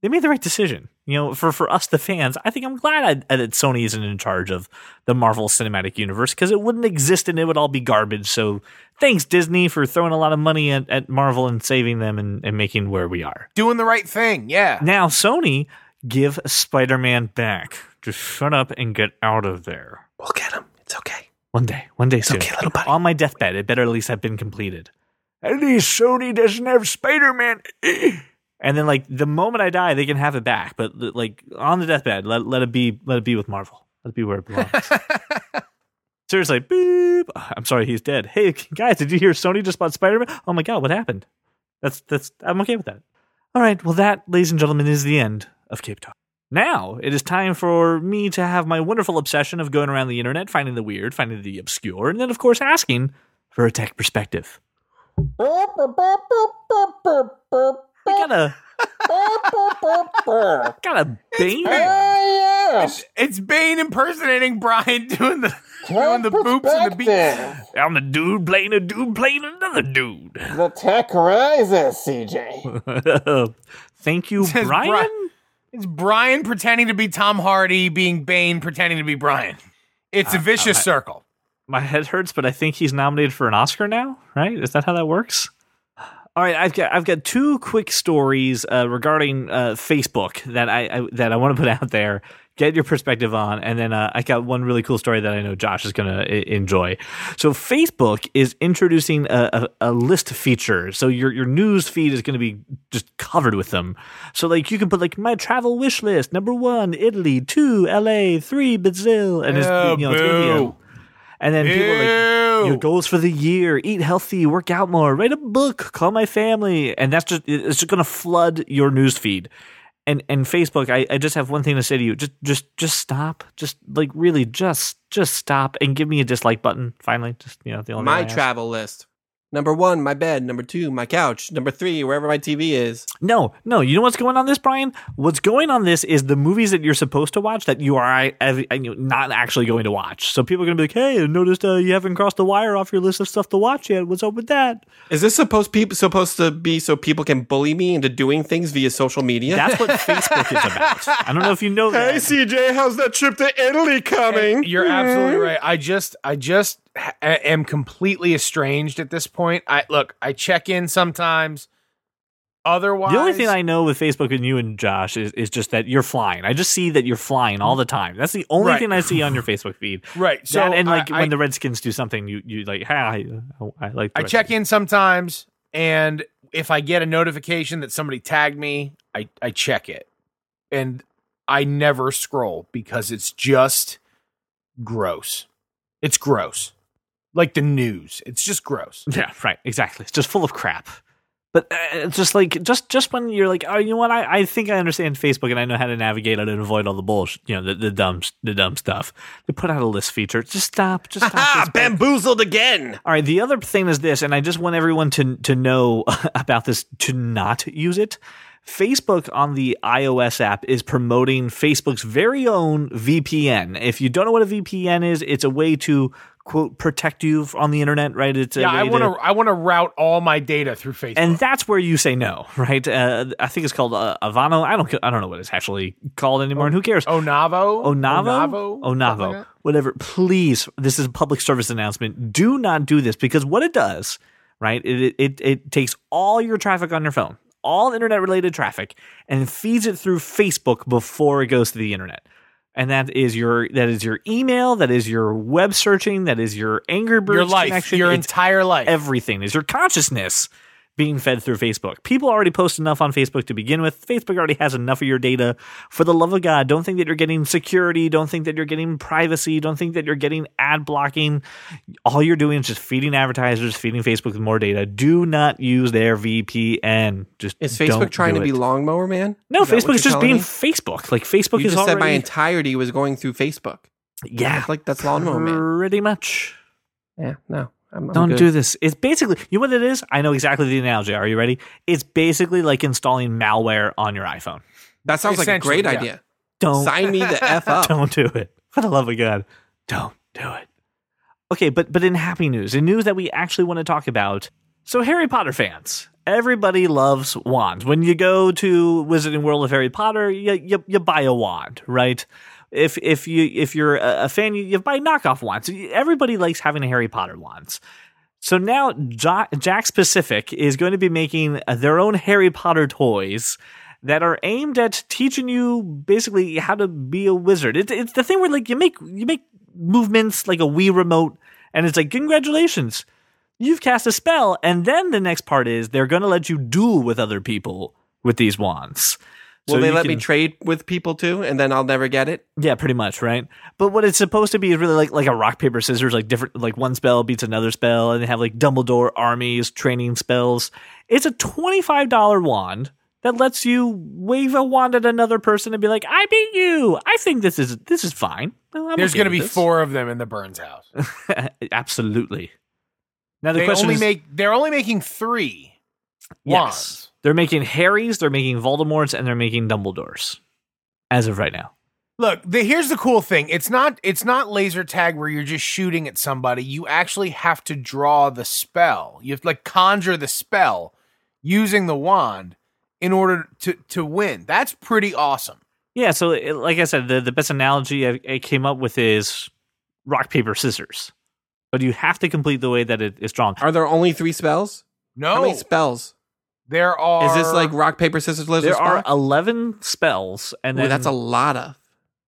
They made the right decision. You know, for for us the fans, I think I'm glad I, that Sony isn't in charge of the Marvel Cinematic Universe cuz it wouldn't exist and it would all be garbage. So thanks Disney for throwing a lot of money at, at Marvel and saving them and, and making where we are. doing the right thing yeah Now, Sony, give Spider Man back. Just shut up and get out of there. We'll get him. It's okay. One day, one day soon. okay, little buddy. On my deathbed, it better at least have been completed. At least Sony doesn't have Spider Man. and then, like the moment I die, they can have it back. But like on the deathbed, let let it be. Let it be with Marvel. Let it be where it belongs. Seriously, boop. I'm sorry, he's dead. Hey guys, did you hear Sony just bought Spider Man? Oh my god, what happened? That's that's. I'm okay with that. All right. Well, that, ladies and gentlemen, is the end of Cape Talk. Now it is time for me to have my wonderful obsession of going around the internet, finding the weird, finding the obscure, and then, of course, asking for a tech perspective. I got a oh got a bane. yes, It's Bane impersonating Brian doing the doing the boops and the beats. Perspective. I'm a dude playing a dude playing another dude. The tech rises, CJ. Thank you, Says Brian. Bri- It's Brian pretending to be Tom Hardy, being Bane pretending to be Brian. It's a vicious circle. My head hurts, but I think he's nominated for an Oscar now. Right? Is that how that works? All right, I've got I've got two quick stories uh, regarding uh, Facebook that I, I that I want to put out there. Get your perspective on, and then uh, I got one really cool story that I know Josh is going to I- enjoy. So Facebook is introducing a, a, a list feature, so your your news feed is going to be just covered with them. So like you can put like my travel wish list number one Italy, two L.A., three Brazil, and it's Oh, you know it's gonna be a- boo. and then people are like Ew. your goals for the year eat healthy work out more write a book call my family and that's just it's just going to flood your news feed and and facebook I, I just have one thing to say to you just just just stop just like really just just stop and give me a dislike button finally just you know the only my thing I ask. travel list. Number one, my bed. Number two, my couch. Number three, wherever my TV is. no no you know what's going on this brian what's going on this is the movies that you're supposed to watch that you are I, I, I- not actually going to watch so people are going to be like hey i noticed uh, you haven't crossed the wire off your list of stuff to watch yet what's up with that Is this supposed people supposed to be so people can bully me into doing things via social media? That's what Facebook is about. I don't know if you know that. CJ, how's that trip to Italy coming? You're absolutely right. I just, I just ha- am completely estranged at this point. I look, I check in sometimes. Otherwise, The only thing I know with Facebook and you and Josh is, is just that you're flying. I just see that you're flying all the time. That's the only Right. thing I see on your Facebook feed. right. So That and I- like I, when the Redskins do something, you you like, hey, I, I like. the I check Redskins." in sometimes, and if I get a notification that somebody tagged me, I, I check it. And I never scroll because it's just gross. It's gross. Like the news, it's just gross. Yeah, right. Exactly. It's just full of crap. But uh, it's just like just just when you're like, oh, you know what? I, I think I understand Facebook and I know how to navigate it and avoid all the bullshit. You know, the, the dumb the dumb stuff. They put out a list feature. Just stop. Just stop. Ha! Facebook. Ah, Bamboozled again. All right. The other thing is this, and I just want everyone to to know about this to not use it. Facebook on the iOS app is promoting Facebook's very own VPN. If you don't know what a VPN is, it's a way to quote protect you on the internet, right? It's a Yeah, I way want to I want to route all my data through Facebook. and that's where you say no, right? Uh, I think it's called uh, Avano. I don't I don't know what it's actually called anymore, and who cares? Oh, Onavo, Oh, Oh, Onavo? something Onavo. like that? whatever. Please, this is a public service announcement. Do not do this because what it does, right? It it it takes all your traffic on your phone, all internet related traffic, and feeds it through Facebook before it goes to the internet. And that is your that is your email, that is your web searching, that is your Angry Birds Your life, connection. your It's entire life. everything is your consciousness being fed through Facebook. People already post enough on Facebook to begin with. Facebook already has enough of your data. For the love of God, don't think that you're getting security. Don't think that you're getting privacy. Don't think that you're getting ad blocking. All you're doing is just feeding advertisers, feeding Facebook with more data. Do not use their VPN. Just Is don't Facebook trying do to be it. Lawnmower Man? No, Is that what Facebook is you're just telling being me? Facebook. Like Facebook You is just said my already entirety was going through Facebook. yeah, It's like that's Lawnmower Man. pretty much. Yeah, no. I'm, I'm Don't good. do this. It's basically, you know what it is? I know exactly the analogy. Are you ready? It's basically like installing malware on your iPhone. That sounds like a Essentially, great yeah. idea. Don't Sign me the F up. don't do it. For the love of God, don't do it. Okay, but but in happy news, in news that we actually want to talk about, so Harry Potter fans, everybody loves wands. When you go to Wizarding World of Harry Potter, you you, you buy a wand, right? If if you if you're a a fan, you, you buy knockoff wands. Everybody likes having Harry Potter wands. So now Ja- Jack's Pacific is going to be making uh, their own Harry Potter toys that are aimed at teaching you basically how to be a wizard. It's it's the thing where like you make you make movements like a Wii remote, and it's like congratulations, you've cast a spell. And then the next part is they're going to let you duel with other people with these wands. Will So they you let me can- trade with people too, and then I'll never get it? yeah, pretty much, right? But what it's supposed to be is really like like a rock paper scissors, like different, like one spell beats another spell, and they have like Dumbledore armies training spells. It's a twenty five dollar wand that lets you wave a wand at another person and be like, "I beat you." I think this is this is fine. Well, I'm There's okay going to with be this. four of them in the Burns house. Absolutely. Now the they question only is, make they're only making 3 wands. yes, they're making Harrys, they're making Voldemorts, and they're making Dumbledores as of right now. Look, the, here's the cool thing. It's not it's not laser tag where you're just shooting at somebody. You actually have to draw the spell. You have to like conjure the spell using the wand in order to to win. That's pretty awesome. Yeah, so it, like I said, the, the best analogy I, I came up with is rock paper scissors, but you have to complete the way that it is drawn. Are there only three spells? How No, many spells? there are. Is this like rock, paper, scissors, lizard, There are spock? eleven spells, and Ooh, then that's a lot of.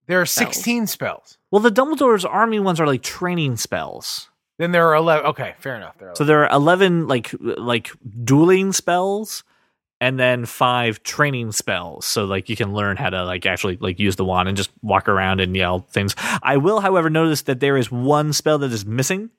there are spells? sixteen spells? well, the Dumbledore's army ones are like training spells. Then there are eleven. Okay, fair enough. There are So there are eleven like like dueling spells, and then five training spells. So like you can learn how to like actually like use the wand and just walk around and yell things. I will, however, notice that there is one spell that is missing.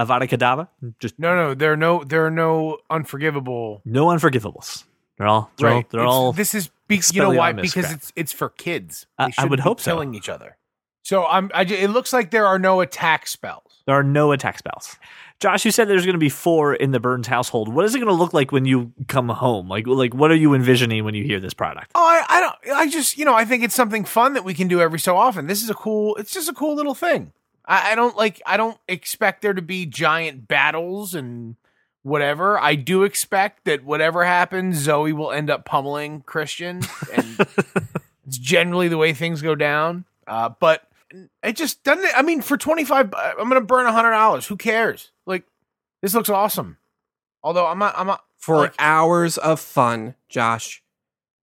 Avada Kedavra, just 11. no, no. There are no. There are no unforgivable. No unforgivables. They're all they're all, they're It's- all This is be, you know why Expelliarmus because crap. it's it's for kids. I- They I shouldn't would be hope so. killing each other. So I'm. I, ju- it looks like there are no attack spells. there are no attack spells. Josh, you said there's going to be four in the Burns household. What is it going to look like when you come home? Like like what are you envisioning when you hear this product? Oh, I, I don't. I just you know I think it's something fun that we can do every so often. This is a cool. It's just a cool little thing. I, I don't like. I don't expect there to be giant battles and whatever. I do expect that whatever happens, Zoe will end up pummeling Christian, and it's generally the way things go down. Uh, but it just doesn't. I mean, for uh, twenty five, I'm gonna burn hundred dollars. Who cares? Like, this looks awesome. Although I'm not. I'm not. for Like- hours of fun, Josh.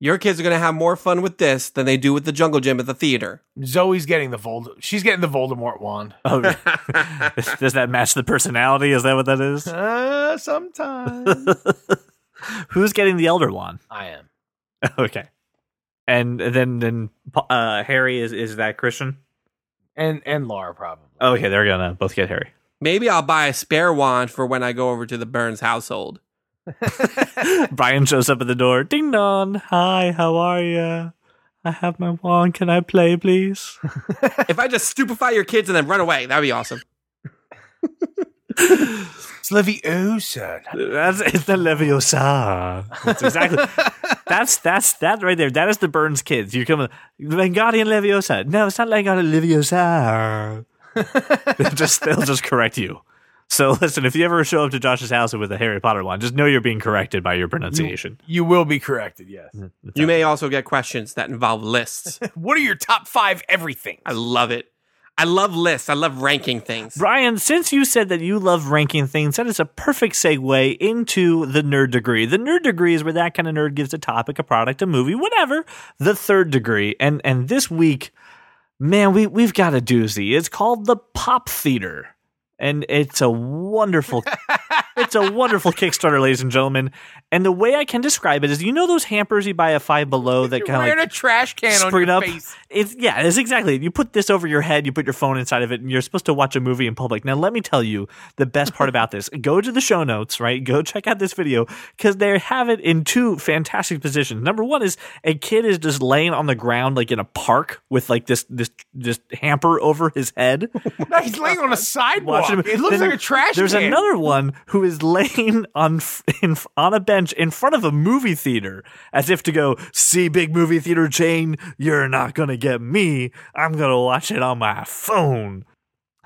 Your kids are going to have more fun with this than they do with the jungle gym at the theater. Zoe's getting the Vold. She's getting the Voldemort wand. Oh, does that match the personality? Is that what that is? Uh, sometimes Who's getting the elder one? I am. Okay, and then then uh, Harry is is that Christian? Oh, and and Laura probably. Okay, they're gonna both get Harry. Maybe I'll buy a spare wand for when I go over to the Burns household. Brian shows up at the door. Ding dong. Hi, how are you? I have my wand. Can I play, please? if I just stupefy your kids and then run away, that'd be awesome. It's Leviosa. That's it's the Leviosa. That's exactly. that's that's that right there. That is the Burns kids. You come Lengarian Leviosa. No, it's not Lengarian Leviosa. they'll just they'll just correct you. So listen, if you ever show up to Josh's house with a Harry Potter wand, just know you're being corrected by your pronunciation. You will be corrected. Yes. You may also get questions that involve lists. What are your top five everything? I love it. I love lists. I love ranking things. Brian, since you said that you love ranking things, that is a perfect segue into the nerd degree. The nerd degree is where that kind of nerd gives a topic, a product, a movie, whatever. The third degree, and and this week, man, we we've got a doozy. It's called the Pop Theater, and it's a wonderful, it's a wonderful Kickstarter, ladies and gentlemen. And the way I can describe it is, you know, those hampers you buy at Five Below that You're kind of like wearing a trash can on spring your up. face. It's yeah, it's exactly. You put this over your head, you put your phone inside of it, and you're supposed to watch a movie in public. Now, let me tell you the best part about this. Go to the show notes, right? Go check out this video because they have it in two fantastic positions. Number one is a kid is just laying on the ground, like in a park, with like this this this hamper over his head. No, he's laying on a sidewalk. Watch him. It looks Then like a trash There's can. another one who is laying on f- in, f- on a bench in front of a movie theater, as if to go see big movie theater chain. You're not gonna get me. I'm gonna watch it on my phone.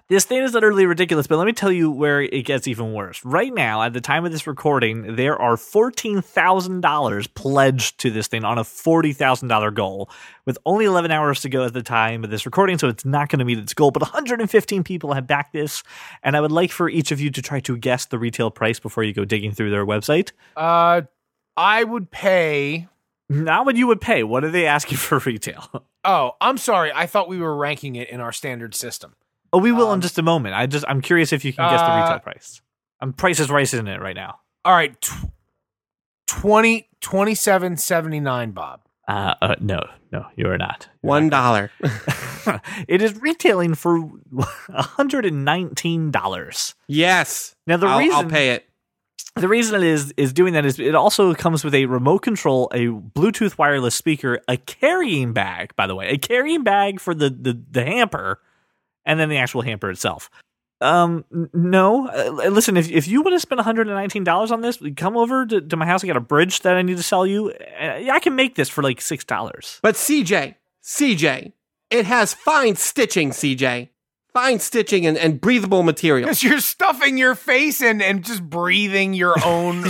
This thing is utterly ridiculous, but let me tell you where it gets even worse. Right now, at the time of this recording, there are $14,000 pledged to this thing on a $40,000 goal, with only 11 hours to go at the time of this recording, so it's not going to meet its goal. But 115 people have backed this, and I would like for each of you to try to guess the retail price before you go digging through their website. Uh, I would pay. Not what you would pay. What are they asking for retail? Oh, I'm sorry. I thought we were ranking it in our standard system. Oh, we will Um, in just a moment. I just I'm curious if you can guess the uh, retail price. I'm Price is Rice in it right now. All right, tw- 20, 27.79, Bob. Uh, uh no, no, you are not. One dollar. it is retailing for $119. Yes. Now the I'll, reason I'll pay it. the reason it is is doing that is it also comes with a remote control, a Bluetooth wireless speaker, a carrying bag, by the way, a carrying bag for the the, the hamper, and then the actual hamper itself. Um, n- no, uh, listen, if if you want to spend one hundred and nineteen dollars on this, come over to, to my house. I got a bridge that I need to sell you. Uh, yeah, I can make this for like six dollars. But CJ, CJ, it has fine stitching, CJ. Fine stitching and, and breathable material. Because you're stuffing your face and, and just breathing your own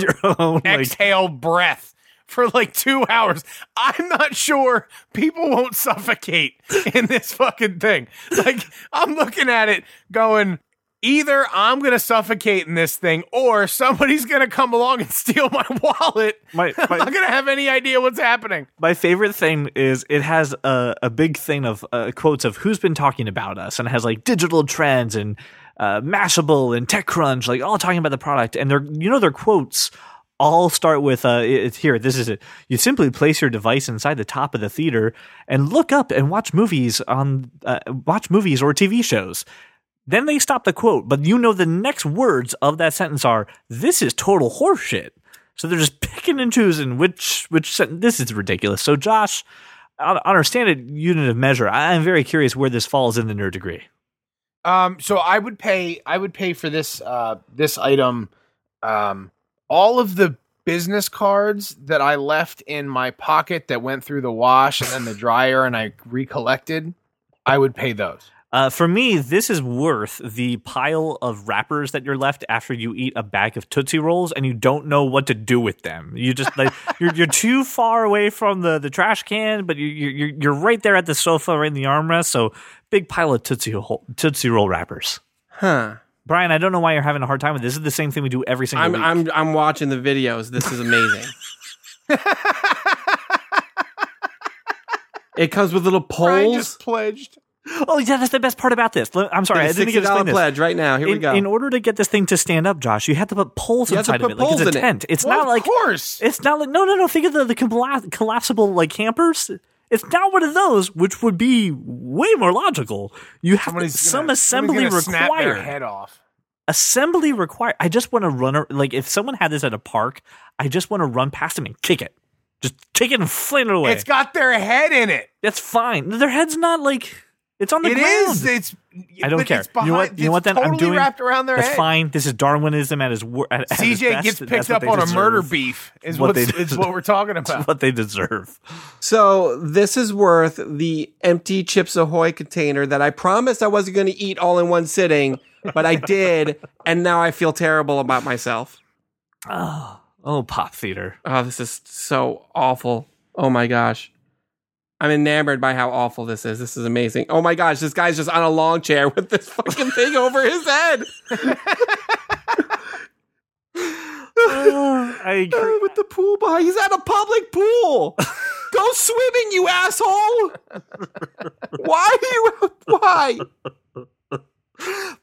Your own like exhale breath for like two hours. I'm not sure people won't suffocate in this fucking thing. Like, I'm looking at it going, either I'm going to suffocate in this thing or somebody's going to come along and steal my wallet. my, I'm my not going to have any idea what's happening. my favorite thing is it has a, a big thing of uh, quotes of who's been talking about us and it has like digital trends and uh, mashable and techcrunch like all talking about the product and they're you know their quotes all start with uh, it- it's here this is it you simply place your device inside the top of the theater and look up and watch movies on uh, watch movies or tv shows then they stop the quote, but you know the next words of that sentence are this is total horseshit. So they're just picking and choosing which which sentence. This is ridiculous. So Josh, on, on our standard unit of measure, I, I'm very curious where this falls in the nerd degree. Um, so I would pay. I would pay for this. Uh, this item. Um, all of the business cards that I left in my pocket that went through the wash and then the dryer and I recollected. I would pay those. Uh, for me, this is worth the pile of wrappers that you're left after you eat a bag of Tootsie Rolls and you don't know what to do with them. You just like you're you're too far away from the, the trash can, but you you you're- you're right there at the sofa, right in the armrest. So big pile of Tootsie Hole- Tootsie Roll wrappers. Huh. Brian, I don't know why you're having a hard time with this. This is the same thing we do every single I'm week. I'm I'm watching the videos. This is amazing. it comes with little Brian polls. just pledged. oh yeah, that's the best part about this. Let- I'm sorry, I Get a didn't get Sixty to dollar explain this. pledge right now. Here in, we go. in order to get this thing to stand up, Josh, you had to put poles You had to inside of put it, like it's poles a in it. tent. It's Well, not like of course. it's not like no, no, no. Think of the, the colla- collapsible like campers. It's not one of those, which would be way more logical. You have to, Somebody's gonna- some assembly somebody's gonna snap their required. head off. Assembly required. I just want to run. A, like if someone had this at a park, I just want to run past them and kick it. Just kick it and fling it away. It's got their head in it. That's fine. Their head's not like it's on the It ground. is. It's. I don't but care. It's behind, you know what? You know it's what? Then totally I'm doing wrapped around their That's head. fine. This is Darwinism at his wor- at, at his CJ best. gets That's picked what up they on a deserve. murder beef. Is What what they is deserve. what we're talking That's about. what they deserve. so this is worth the empty Chips Ahoy container that I promised I wasn't going to eat all in one sitting, but I did, and now I feel terrible about myself. Oh, oh, pop theater. Oh, this is so awful. Oh my gosh. I'm enamored by how awful this is. This is amazing. Oh my gosh, this guy's just on a long chair with this fucking thing over his head. Ah, Oh, I agree. Uh, with the pool behind. He's at a public pool. Go swimming, you asshole. Why are you why?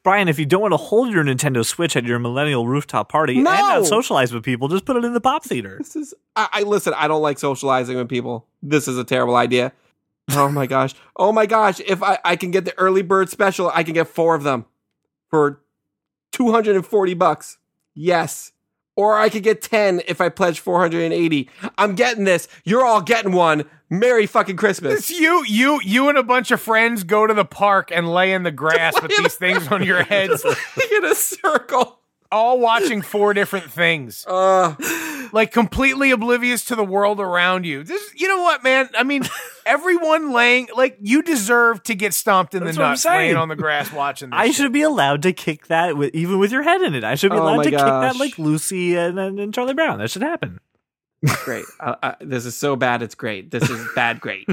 Brian, if you don't want to hold your Nintendo Switch at your millennial rooftop party No! and not socialize with people, just put it in the pop theater. This is I, I listen, I don't like socializing with people. This is a terrible idea. Oh my gosh. Oh my gosh. If I, I can get the early bird special, I can get four of them for 240 bucks. Yes. Or I could get 10 if I pledge 480. I'm getting this. You're all getting one. Merry fucking Christmas. It's you, you, you, and a bunch of friends go to the park and lay in the grass with these things on your heads, in a circle. all watching four different things, Uh, like completely oblivious to the world around you. This, you know what, man? I mean, everyone laying like you deserve to get stomped in That's the what I'm nuts, laying saying. on the grass watching. This I shit. should be allowed to kick that with, even with your head in it. I should be Oh allowed my to gosh. kick that like Lucy and, and, and Charlie Brown. That should happen. great. I, I, this is so bad. It's great. This is bad. Great.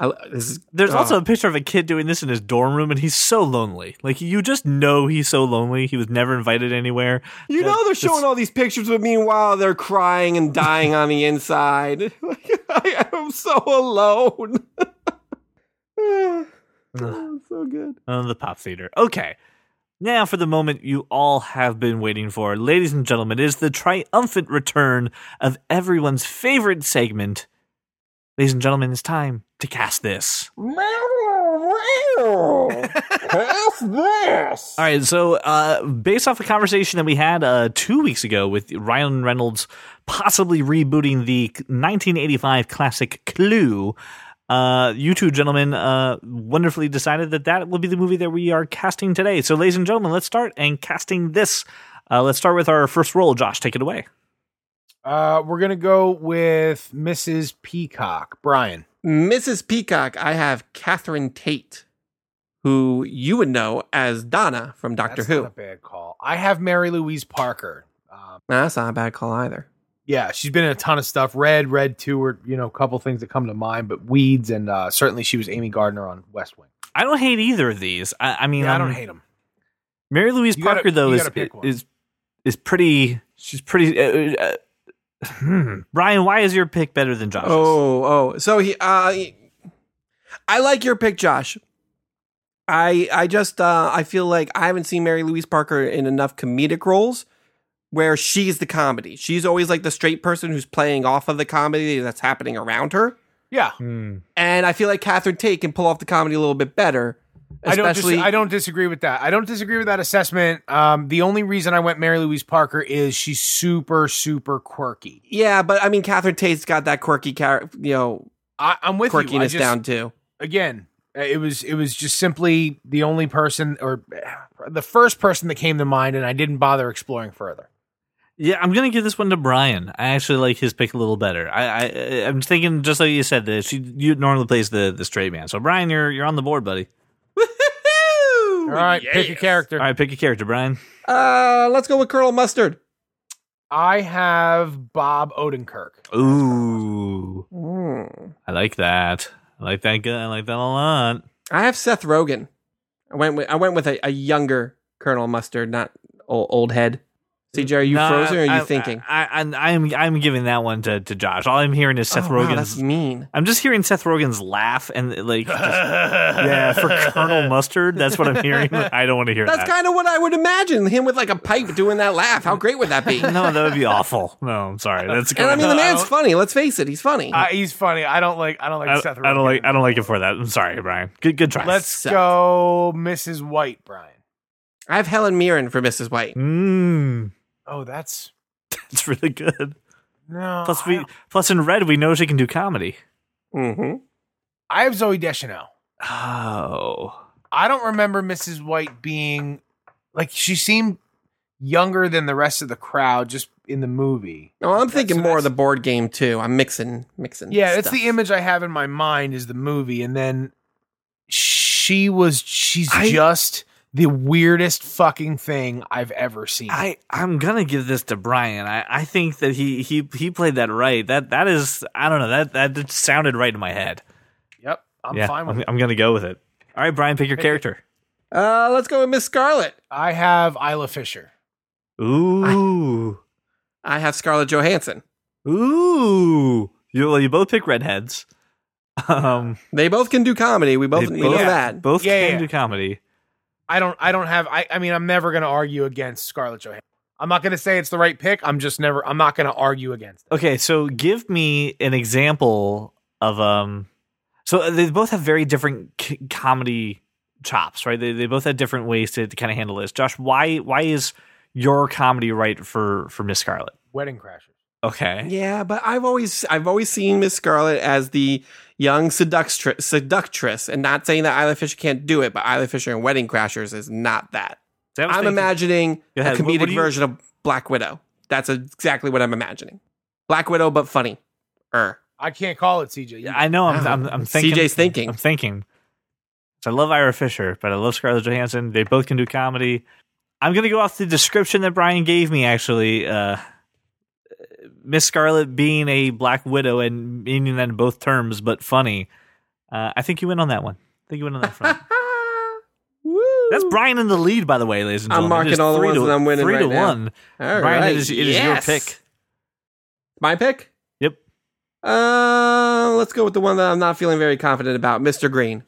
I, this is. There's Oh. also a picture of a kid doing this in his dorm room, and he's so lonely. Like you just know he's so lonely. He was never invited anywhere. You Yeah, know they're this- showing all these pictures of me while they're crying and dying on the inside. Like, I am so alone. oh, it's so good. Oh, the pop theater. Okay. Now, for the moment you all have been waiting for, ladies and gentlemen, it is the triumphant return of everyone's favorite segment. Ladies and gentlemen, it's time to cast this. Pass this. All right, so uh, based off a conversation that we had uh, two weeks ago with Ryan Reynolds possibly rebooting the 1985 classic Clue, uh, you two gentlemen uh, wonderfully decided that that will be the movie that we are casting today. So, ladies and gentlemen, let's start and casting this. Uh, let's start with our first roll. Josh, take it away. Uh, we're gonna go with Mrs. Peacock, Brian. Mrs. Peacock, I have Catherine Tate, who you would know as Donna from Doctor That's Who. Not a bad call. I have Mary Louise Parker. Um, Nah, that's not a bad call either. yeah, she's been in a ton of stuff. Red, Red Two, or you know, a couple things that come to mind, but Weeds, and uh, certainly she was Amy Gardner on West Wing. I don't hate either of these. I, I mean, Yeah, I um, don't hate them. Mary Louise You gotta- Parker though you is gotta pick one. is is pretty. She's pretty. Uh, uh, hmm. Brian, why is your pick better than Josh's? Oh, oh. So he, uh, he- I like your pick, Josh. I, I just, uh, I feel like I haven't seen Mary Louise Parker in enough comedic roles where she's the comedy. She's always like the straight person who's playing off of the comedy that's happening around her. Yeah, Hmm. And I feel like Catherine Tate can pull off the comedy a little bit better. I don't. Dis- Especially, I don't disagree with that. I don't disagree with that assessment. Um, the only reason I went Mary Louise Parker is she's super, super quirky. yeah, but I mean, Catherine Tate's got that quirky, char- you know, I, I'm with you. I quirkiness just- down too. again uh, it was it was just simply the only person or uh, the first person that came to mind and i didn't bother exploring further Yeah, I'm gonna give this one to Brian. I actually like his pick a little better. I, I I'm thinking just like you said that she you normally plays the the straight man. So Brian, you're you're on the board, buddy. all right pick a character All right, pick a character, Brian. Uh, let's go with Colonel Mustard. i have bob odenkirk Ooh, Hmm. I like that. I like that. Good. I like that a lot. I have Seth Rogen. I went with I went with a, a younger Colonel Mustard, not old, old head. CJ, are you No, frozen or are you I- thinking? I, I, I'm I'm giving that one to, to Josh. All I'm hearing is Seth Oh, wow, that's Rogen's. mean. I'm just hearing Seth Rogen's laugh and like, just- yeah, for Colonel Mustard. That's what I'm hearing. I don't want to hear That's that. kind of what I would imagine. Him with like a pipe doing that laugh. How great would that be? and no, that would be awful. No, I'm sorry. That's I mean, the I man's don't- funny. Let's face it, he's funny. Uh, he's funny. I don't like. I don't like I, Seth. Rogen. I don't like. I don't like it for that. I'm sorry, Brian. Good. Good try. Let's Seth. go, Mrs. White, Brian. I have Helen Mirren for Mrs. White. Mm, Oh, that's that's really good. no. Plus, I, we don't- plus in red, we know she can do comedy. Mm-hmm. I have Zoe Deschanel. Oh, I don't remember Mrs. White being like she seemed younger than the rest of the crowd just in the movie. No, Oh, I'm thinking so more that's- of the board game too. I'm mixing, mixing. Yeah, that's stuff. the image I have in my mind is the movie, and then she was she's I- just the weirdest fucking thing I've ever seen. I I'm gonna give this to Brian. I, I think that he he he played that right. That that is I don't know that that just sounded right in my head. yep, I'm yeah, fine with I'm, it. I'm gonna go with it. All right, Brian, pick your character. Uh, let's go with Miss Scarlet. I have Isla Fisher. Ooh I have Scarlett Johansson. ooh. You well, you both pick redheads. Um, They both can do comedy. We both they we know both- that. Both Yeah, can yeah. do comedy. I don't I don't have I I mean I'm never going to argue against Scarlett Johansson. I'm not going to say it's the right pick. I'm just never I'm not going to argue against. It. Okay, so give me an example of um. So they both have very different c- comedy chops, right? They they both have different ways to, to kind of handle this. Josh, why why is your comedy right for for Miss Scarlet? Wedding Crashers. Okay, Yeah, but I've always I've always seen Miss Scarlet as the young seductress, seductress, and not saying that Isla Fisher can't do it, but Isla Fisher and Wedding Crashers is not that. So I was I'm thinking- imagining Go ahead. a What- what comedic do you- version of Black Widow. That's exactly what I'm imagining. Black Widow, but funny. Er, I can't call it E. CJ. You- I know I'm I'm, I'm thinking. CJ's thinking. I'm thinking. So I love Ira Fisher, but I love Scarlett Johansson. They both can do comedy. I'm gonna go off the description that Brian gave me. Actually, uh, Miss Scarlet being a Black Widow and meaning that in both terms, but funny. Uh, I think you win on that one. I think you win on that front. Woo. That's Brian in the lead, by the way, ladies and I'm gentlemen. marking It is all the three ones to, that I'm winning Three to right now. one. All Brian, right, it is, it is yes. your pick. My pick. Yep. Uh, let's go with the one that I'm not feeling very confident about, Mr. Green.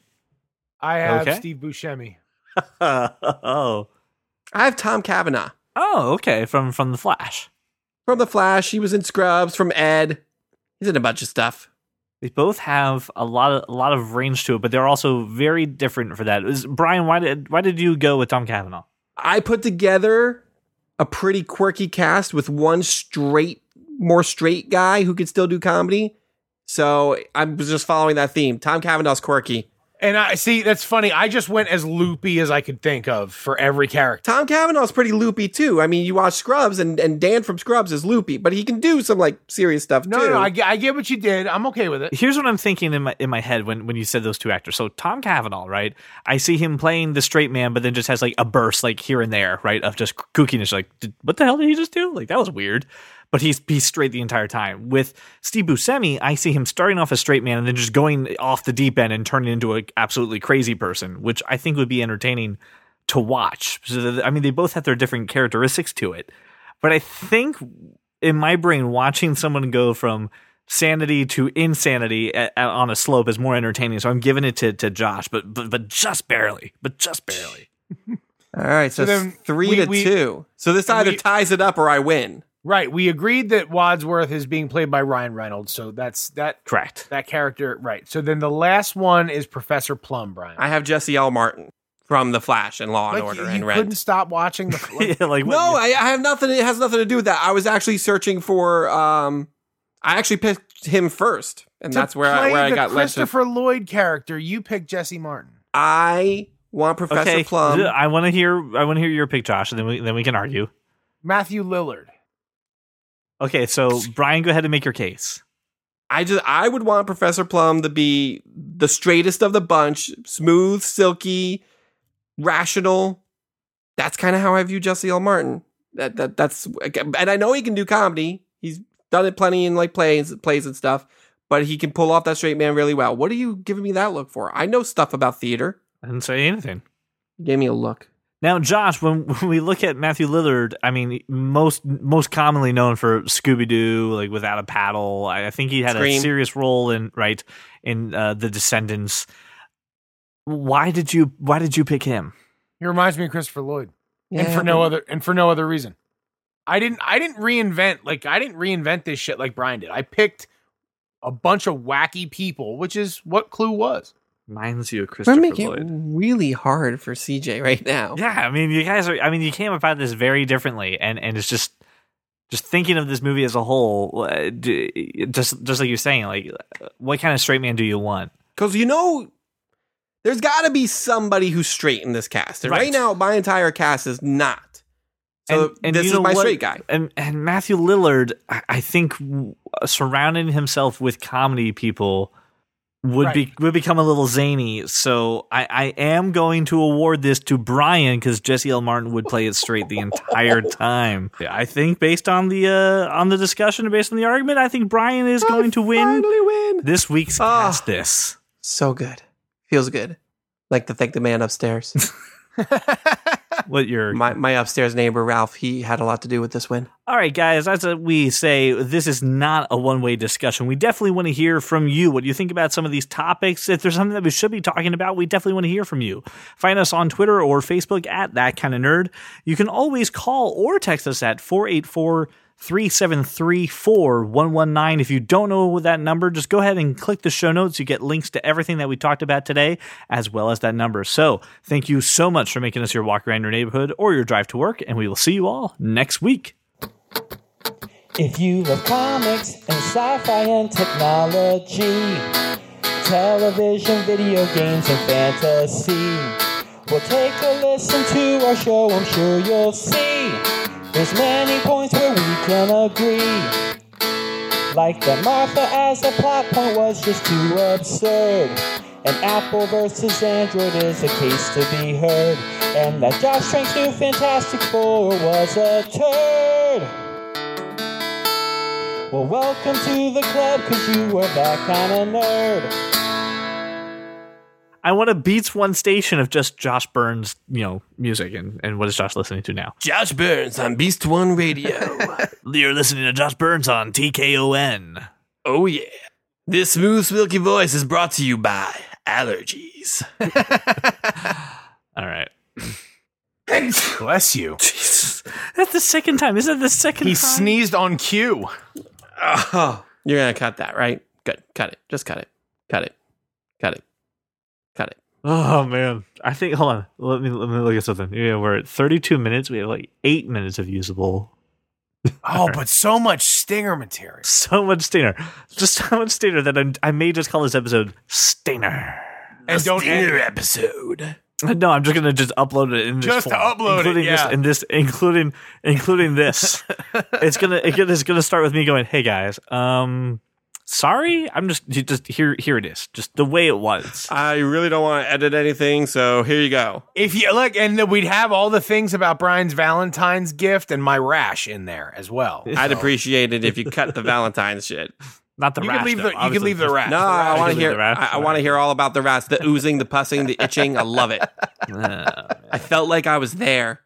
I have Okay. Steve Buscemi. oh, I have Tom Kavanaugh oh, okay. From from the Flash. from The Flash. He was in Scrubs from Ed. He's in a bunch of stuff. They both have a lot of a lot of range to it, but they're also very different for that. Is, Brian, why did why did you go with Tom Cavanaugh? I put together a pretty quirky cast with one straight, more straight guy who could still do comedy. So I was just following that theme. Tom Kavanaugh's quirky. And I see that's funny. I just went as loopy as I could think of for every character. Tom Kavanaugh's pretty loopy too. I mean, you watch Scrubs, and, and Dan from Scrubs is loopy, but he can do some like serious stuff No, too. no, I, get- I get what you did. I'm okay with it. Here's what I'm thinking in my in my head when when you said those two actors. So Tom Cavanaugh, right? I see him playing the straight man, but then just has like a burst like here and there, right, of just kookiness. Like, did, what the hell did he just do? Like that was weird. But he's he's straight the entire time. With Steve Buscemi, I see him starting off as straight man and then just going off the deep end and turning into an absolutely crazy person, which I think would be entertaining to watch. So th- I mean, they both have their different characteristics to it, but I think in my brain, watching someone go from sanity to insanity a- a- on a slope is more entertaining. So I'm giving it to, to Josh, but, but but just barely, but just barely. All right, so, So then it's three we- to we- two. So this and either we- ties it up or I win. Right. We agreed that Wadsworth is being played by Ryan Reynolds, so that's that Correct. that character. Right. So then the last one is Professor Plum, Brian. I have Jesse L. Martin from The Flash and Law and Like, Order you, and you couldn't Rent. stop watching the like, Yeah, like what- No, I, I have nothing. It has nothing to do with that. I was actually searching for. um I actually picked him first, and to that's where I, play where I the got led to. Christopher Lloyd character. You picked Jesse Martin. I want Professor okay. Plum. I want to hear. I want to hear your pick, Josh, and then we then we can argue. Matthew Lillard. Okay, so Brian, go ahead and make your case. I just I would want Professor Plum to be the straightest of the bunch, smooth, silky, rational. That's kind of how I view Jesse L. Martin. That that that's and I know he can do comedy. He's done it plenty in like plays plays and stuff, but he can pull off that straight man really well. What are you giving me that look for? I know stuff about theater. I didn't say anything. You gave me a look. Now, Josh, when, when we look at Matthew Lillard, I mean, most most commonly known for Scooby Doo, like without a paddle. I, I think he had a Scream. serious role in right in uh, the Descendants. Why did you Why did you pick him? He reminds me of Christopher Lloyd, and Yeah, for no but- other and for no other reason. I didn't. I didn't reinvent. Like I didn't reinvent this shit like Brian did. I picked a bunch of wacky people, which is what Clue was. Reminds you of We're Christopher making it Lloyd. really hard for CJ right now. Yeah, I mean, you guys are. I mean, you came about this very differently, and and it's just just thinking of this movie as a whole. uh, d- Just just like you're saying, like what kind of straight man do you want? Because you know, there's got to be somebody who's straight in this cast. And right. Right. now, my entire cast is not. So this you is know my what? straight guy. And and Matthew Lillard, I, I think, w- surrounding himself with comedy people would Right. be would become a little zany. So I, I am going to award this to Brian because Jesse L. Martin would play it straight the entire time. Yeah, I think based on the uh, on the discussion, and based on the argument, I think Brian is going to win Finally win. this week's Ah. cast. This. So good. Feels good. Like to thank the man upstairs. What your my, my upstairs neighbor, Ralph, he had a lot to do with this win. All right, guys, as we say, this is not a one way discussion. We definitely want to hear from you. What do you think about some of these topics? If there's something that we should be talking about, we definitely want to hear from you. Find us on Twitter or Facebook at That Kind of Nerd. You can always call or text us at 484 373 4119. If you don't know that number, just go ahead and click the show notes. You get links to everything that we talked about today, as well as that number. So thank you so much for making us your walk around your neighborhood or your drive to work, and we will see you all next week. If you love comics and sci-fi and technology, television, video games, and fantasy, well, take a listen to our show. I'm sure you'll see there's many points where we can agree. Like that Martha as a plot point was just too absurd. And Apple versus Android is a case to be heard. And that Josh Trank's new Fantastic Four was a turd. Well, welcome to the club, cause you are that kind of nerd. I want to beats one station of just Josh Burns, you know, music and, and what is Josh listening to now? Josh Burns on Beast One Radio. You're listening to Josh Burns on TKON. oh, yeah. This smooth, silky voice is brought to you by allergies. All right. Bless you. Jesus. That's the second time. Isn't that the second He time? sneezed on cue. Oh, you're going to cut that, right? Good. Cut it. Just cut it. Cut it. Cut it. Cut it. oh man. I think hold on. Let me let me look at something. Yeah, we're at 32 minutes. We have like 8 minutes of usable. Oh, but so much stinger material. So much stainer. Just so much stainer that I'm, I may just call this episode Stainer. Uh, And don't end, episode. No, I'm just gonna just upload it in this Just to form, upload it, including yeah. this, in this, including including this. it's gonna it's gonna start with me going, "Hey guys, um, sorry, I'm just you just here here it is, just the way it was." I really don't want to edit anything, so here you go. if you look, and then we'd have all the things about Brian's Valentine's gift and my rash in there as well. I'd appreciate it if you cut the Valentine's shit. Not the You rash, could leave though, the you could obviously. leave the rash. No, I want Because to of the hear. rash. I, I want to hear all uh, about the rats, the oozing, the pussing, the itching. I love it. I felt like I was there.